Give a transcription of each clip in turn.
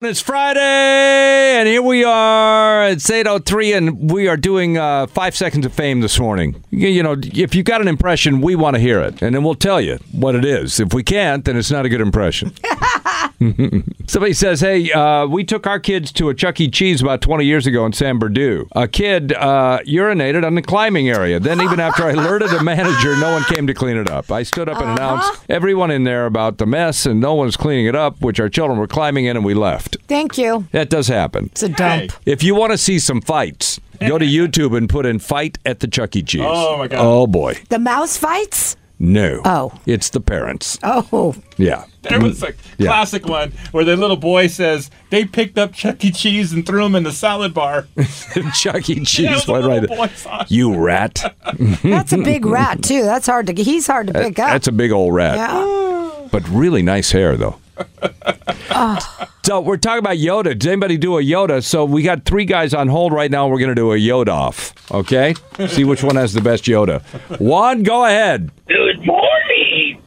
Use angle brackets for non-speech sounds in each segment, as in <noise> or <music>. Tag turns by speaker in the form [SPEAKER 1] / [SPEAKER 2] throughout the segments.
[SPEAKER 1] It's Friday, and here we are. It's 8.03, and we are doing uh, five seconds of fame this morning. You, you know, if you got an impression, we want to hear it, and then we'll tell you what it is. If we can't, then it's not a good impression. Somebody says, "Hey, uh, we took our kids to a Chuck E. Cheese about 20 years ago in San Bernardino. A kid uh, urinated on the climbing area. Then, even after I alerted the manager, no one came to clean it up. I stood up and announced everyone in there about the mess, and no one's cleaning it up, which our children were climbing in, and we left.
[SPEAKER 2] Thank you.
[SPEAKER 1] That does happen.
[SPEAKER 2] It's a dump.
[SPEAKER 1] If you want to see some fights." Go
[SPEAKER 3] <laughs>
[SPEAKER 1] to YouTube and put in "fight at the Chuck E. Cheese."
[SPEAKER 3] Oh, my God.
[SPEAKER 1] Oh boy,
[SPEAKER 2] The mouse fights?
[SPEAKER 1] no!
[SPEAKER 2] Oh.
[SPEAKER 1] it's the parents.
[SPEAKER 2] Oh,
[SPEAKER 1] Yeah,
[SPEAKER 3] There was a
[SPEAKER 1] Mm, Yeah.
[SPEAKER 3] classic one where the little boy says they picked up Chuck E. Cheese and threw him in the salad
[SPEAKER 1] <laughs>
[SPEAKER 3] bar.
[SPEAKER 1] <laughs> Chuck E. Cheese.
[SPEAKER 3] <laughs> Yeah, it was a
[SPEAKER 1] went right
[SPEAKER 3] little
[SPEAKER 1] in.
[SPEAKER 3] boy sausage.
[SPEAKER 1] You rat!
[SPEAKER 2] that's a big rat too. That's hard to. He's hard to pick up.
[SPEAKER 1] Hmm. That's a big old rat.
[SPEAKER 2] yeah.
[SPEAKER 1] but really nice hair
[SPEAKER 2] <laughs>
[SPEAKER 1] though. so we're talking about Yoda. Does anybody do a Yoda? So we got three guys on hold right now. We're going to do a Yoda off. Okay, see which one has the best Yoda. Juan, go ahead.
[SPEAKER 4] Good morning,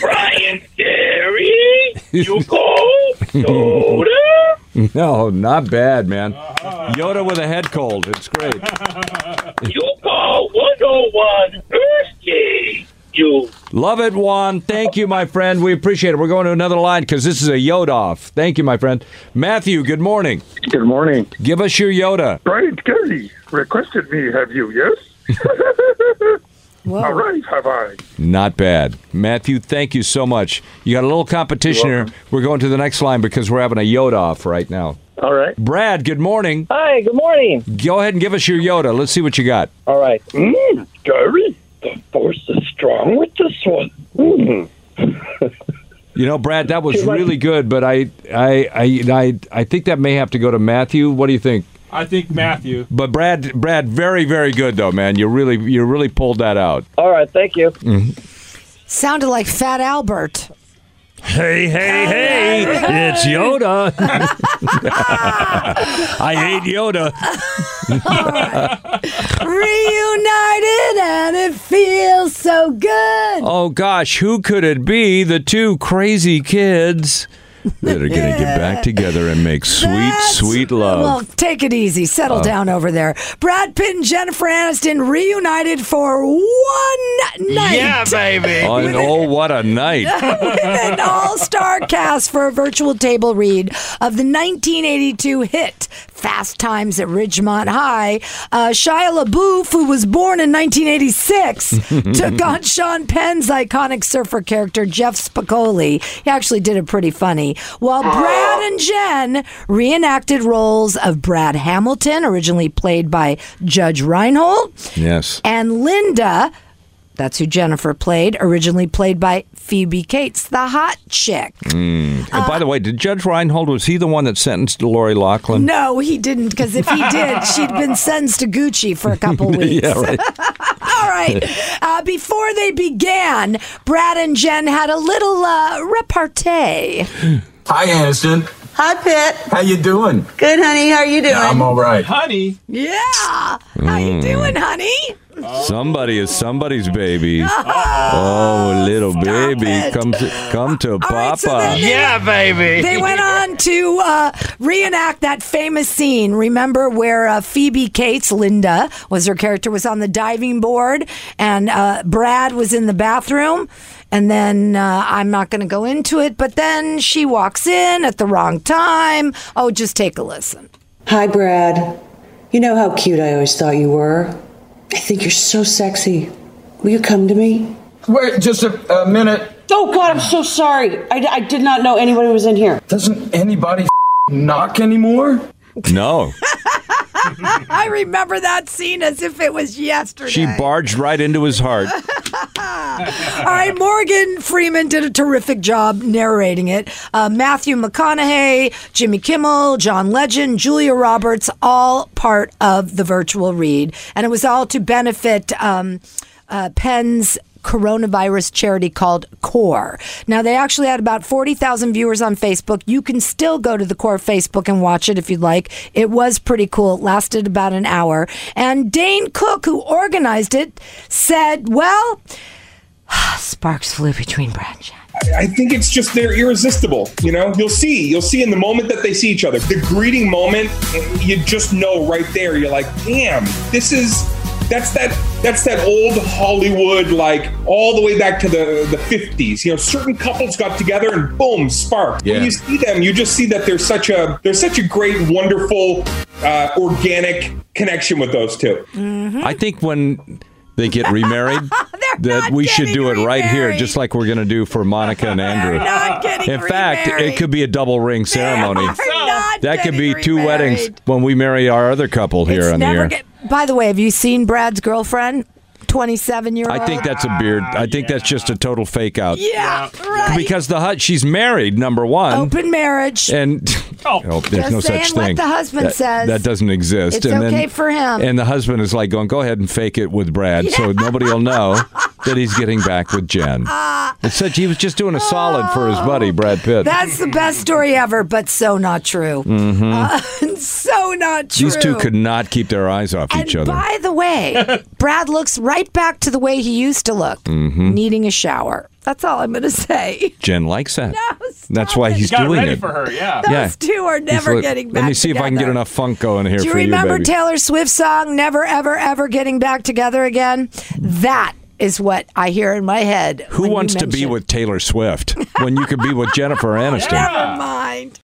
[SPEAKER 4] Brian Gary. You go, Yoda.
[SPEAKER 1] No, not bad, man.
[SPEAKER 3] Uh-huh.
[SPEAKER 1] Yoda with a head cold. It's great.
[SPEAKER 4] You go, 101 Earthgate. You
[SPEAKER 1] Love it, Juan. Thank you, my friend. We appreciate it. We're going to another line because this is a Yoda off. Thank you, my friend. Matthew, good morning.
[SPEAKER 5] Good morning.
[SPEAKER 1] Give us your Yoda.
[SPEAKER 5] Brian Kelly requested me, have you? Yes? <laughs> All
[SPEAKER 2] Whoa.
[SPEAKER 5] right, have I?
[SPEAKER 1] Not bad. Matthew, thank you so much. You got a little competition here. We're going to the next line because we're having a Yoda off right now.
[SPEAKER 6] All right.
[SPEAKER 1] Brad, good morning.
[SPEAKER 6] Hi, good morning.
[SPEAKER 1] Go ahead and give us your Yoda. Let's see what you got.
[SPEAKER 6] All right.
[SPEAKER 5] Mm, Gary, the force is strong with this one. Mm.
[SPEAKER 1] You know, Brad, that was really good, but I, I, I, I, I think that may have to go to Matthew. What do you think?
[SPEAKER 3] I think Matthew.
[SPEAKER 1] But Brad, Brad, very, very good though, man. You really, you really pulled that out.
[SPEAKER 6] All right, thank you.
[SPEAKER 2] Sounded like Fat Albert. <laughs>
[SPEAKER 1] Hey, hey, hey! It's Yoda. <laughs> I hate Yoda.
[SPEAKER 2] Reunited and it feels so good.
[SPEAKER 1] Oh gosh, who could it be? The two crazy kids that are going to get back together and make sweet,
[SPEAKER 2] That's-
[SPEAKER 1] sweet
[SPEAKER 2] Well,
[SPEAKER 1] love. Uh.
[SPEAKER 2] take it easy. Settle down over there. Brad Pitt and Jennifer Aniston reunited for one night.
[SPEAKER 3] baby.
[SPEAKER 1] Oh, and oh, what a night!
[SPEAKER 2] with <laughs> an all-star cast for a virtual table read of the 1982 hit Fast Times at Ridgemont High. Uh, Shia LaBeouf, who was born in 1986, took on Sean Penn's iconic surfer character Jeff Spicoli. He actually did it pretty funny. While Brad and Jen reenacted roles of Brad Hamilton, originally played by Judge Reinhold,
[SPEAKER 1] Yes.
[SPEAKER 2] and Linda, that's who Jennifer played, originally played by Phoebe Cates, the hot chick.
[SPEAKER 1] Mm. and by the way, did Judge Reinhold was he the one that sentenced Lori Lachlan?
[SPEAKER 2] No, he didn't, because if he did, she'd been sentenced to Gucci for a couple weeks.
[SPEAKER 1] <laughs> <laughs> Yeah, right.
[SPEAKER 2] All right. Uh, before they began, Brad and Jen had a little uh, repartee.
[SPEAKER 7] Hi, Aniston.
[SPEAKER 8] Hi, Pitt.
[SPEAKER 7] How you doing?
[SPEAKER 8] Good, honey. How are you doing?
[SPEAKER 7] I'm all right.
[SPEAKER 3] Honey,
[SPEAKER 2] Yeah. How
[SPEAKER 1] Mm.
[SPEAKER 2] you doing, honey?
[SPEAKER 1] Somebody is somebody's baby. Oh, little baby,
[SPEAKER 2] it.
[SPEAKER 1] come to, come to
[SPEAKER 2] All right, so
[SPEAKER 1] Papa.
[SPEAKER 2] then they- They went on to uh, reenact that famous scene. Remember where uh, Phoebe Cates, Linda, was her character, was on the diving board, and uh, Brad was in the bathroom. And then uh, I'm not going to go into it, but then she walks in at the wrong time. Oh, just take a listen.
[SPEAKER 9] Hi, Brad. You know how cute I always thought you were. I think you're so sexy. Will you come to me?
[SPEAKER 7] Wait just a, a minute.
[SPEAKER 9] Oh, God, I'm so sorry. I, I did not know anybody was in here.
[SPEAKER 7] Doesn't anybody knock anymore?
[SPEAKER 1] No,
[SPEAKER 2] I remember that scene as if it was yesterday.
[SPEAKER 1] she barged right into his heart.
[SPEAKER 2] All right, Morgan Freeman did a terrific job narrating it. Uh, Matthew McConaughey, Jimmy Kimmel, John Legend, Julia Roberts, all part of the virtual read. And it was all to benefit um, uh, Penn's coronavirus charity called CORE. Now, they actually had about 40,000 viewers on Facebook. You can still go to the CORE Facebook and watch it if you'd like. It was pretty cool. It lasted about an hour. And Dane Cook, who organized it, said, well, sparks flew between Brad and Jen.
[SPEAKER 6] I think it's just they're irresistible. You know, you'll see, you'll see in the moment that they see each other, the greeting moment, you just know right there. You're like, damn, this is that's that that's that old Hollywood, like all the way back to the the 50s. You know, certain couples got together and boom, spark.
[SPEAKER 1] Yeah.
[SPEAKER 6] When you see them, you just see that there's such a there's such a great, wonderful, uh, organic connection with those two.
[SPEAKER 1] I think when they get remarried,
[SPEAKER 2] <laughs> They're
[SPEAKER 1] that
[SPEAKER 2] not
[SPEAKER 1] we should
[SPEAKER 2] getting
[SPEAKER 1] do it right here,
[SPEAKER 2] remarried.
[SPEAKER 1] just like we're going to do for Monica
[SPEAKER 2] <laughs>
[SPEAKER 1] and Andrew.
[SPEAKER 2] They're not getting
[SPEAKER 1] In fact, it could be a double ring ceremony. That could be two weddings when we marry our other couple here on the air.
[SPEAKER 2] By the way, have you seen Brad's girlfriend? 27 year old.
[SPEAKER 1] I think that's a beard. I think that's just a total fake out.
[SPEAKER 2] Yeah, right.
[SPEAKER 1] Because the hut, she's married, number one.
[SPEAKER 2] Open marriage.
[SPEAKER 1] And
[SPEAKER 3] Oh.
[SPEAKER 1] <laughs> Oh, there's
[SPEAKER 2] Just
[SPEAKER 1] no such
[SPEAKER 2] saying what
[SPEAKER 1] thing.
[SPEAKER 2] the husband
[SPEAKER 1] that,
[SPEAKER 2] says.
[SPEAKER 1] that doesn't exist.
[SPEAKER 2] It's okay for him.
[SPEAKER 1] And the husband is like going, "Go ahead and fake it with Brad, so nobody will
[SPEAKER 2] <laughs>
[SPEAKER 1] know that he's getting back with Jen." It's such he was just doing a solid for his buddy Brad Pitt.
[SPEAKER 2] Ah. Oh, That's the best story ever, but so not true. Uh, <laughs> so not true.
[SPEAKER 1] Mm-hmm. These two could not keep their eyes off
[SPEAKER 2] And
[SPEAKER 1] each other.
[SPEAKER 2] by
[SPEAKER 1] <laughs>
[SPEAKER 2] the way, Brad looks right back to the way he used to look,
[SPEAKER 1] Mm-hmm.
[SPEAKER 2] needing a shower. That's all I'm going to say. <laughs>
[SPEAKER 1] Jen likes that.
[SPEAKER 2] stop
[SPEAKER 1] That's why
[SPEAKER 2] it.
[SPEAKER 1] he's
[SPEAKER 3] Got
[SPEAKER 1] doing
[SPEAKER 3] ready
[SPEAKER 1] it.
[SPEAKER 3] for her, yeah.
[SPEAKER 2] Those
[SPEAKER 1] Yeah.
[SPEAKER 2] two are
[SPEAKER 1] He's
[SPEAKER 2] never
[SPEAKER 1] like,
[SPEAKER 2] getting back
[SPEAKER 1] Let me see if I can get
[SPEAKER 2] together."
[SPEAKER 1] enough funk going here
[SPEAKER 2] Do you
[SPEAKER 1] for
[SPEAKER 2] remember
[SPEAKER 1] baby.
[SPEAKER 2] Taylor Swift's song "Never Ever Ever Getting Back Together Again"? That is what I hear in my head.
[SPEAKER 1] Who
[SPEAKER 2] when you
[SPEAKER 1] wants to be
[SPEAKER 2] mention- <laughs>
[SPEAKER 1] with Taylor Swift when you could be with Jennifer Aniston?
[SPEAKER 2] Never mind.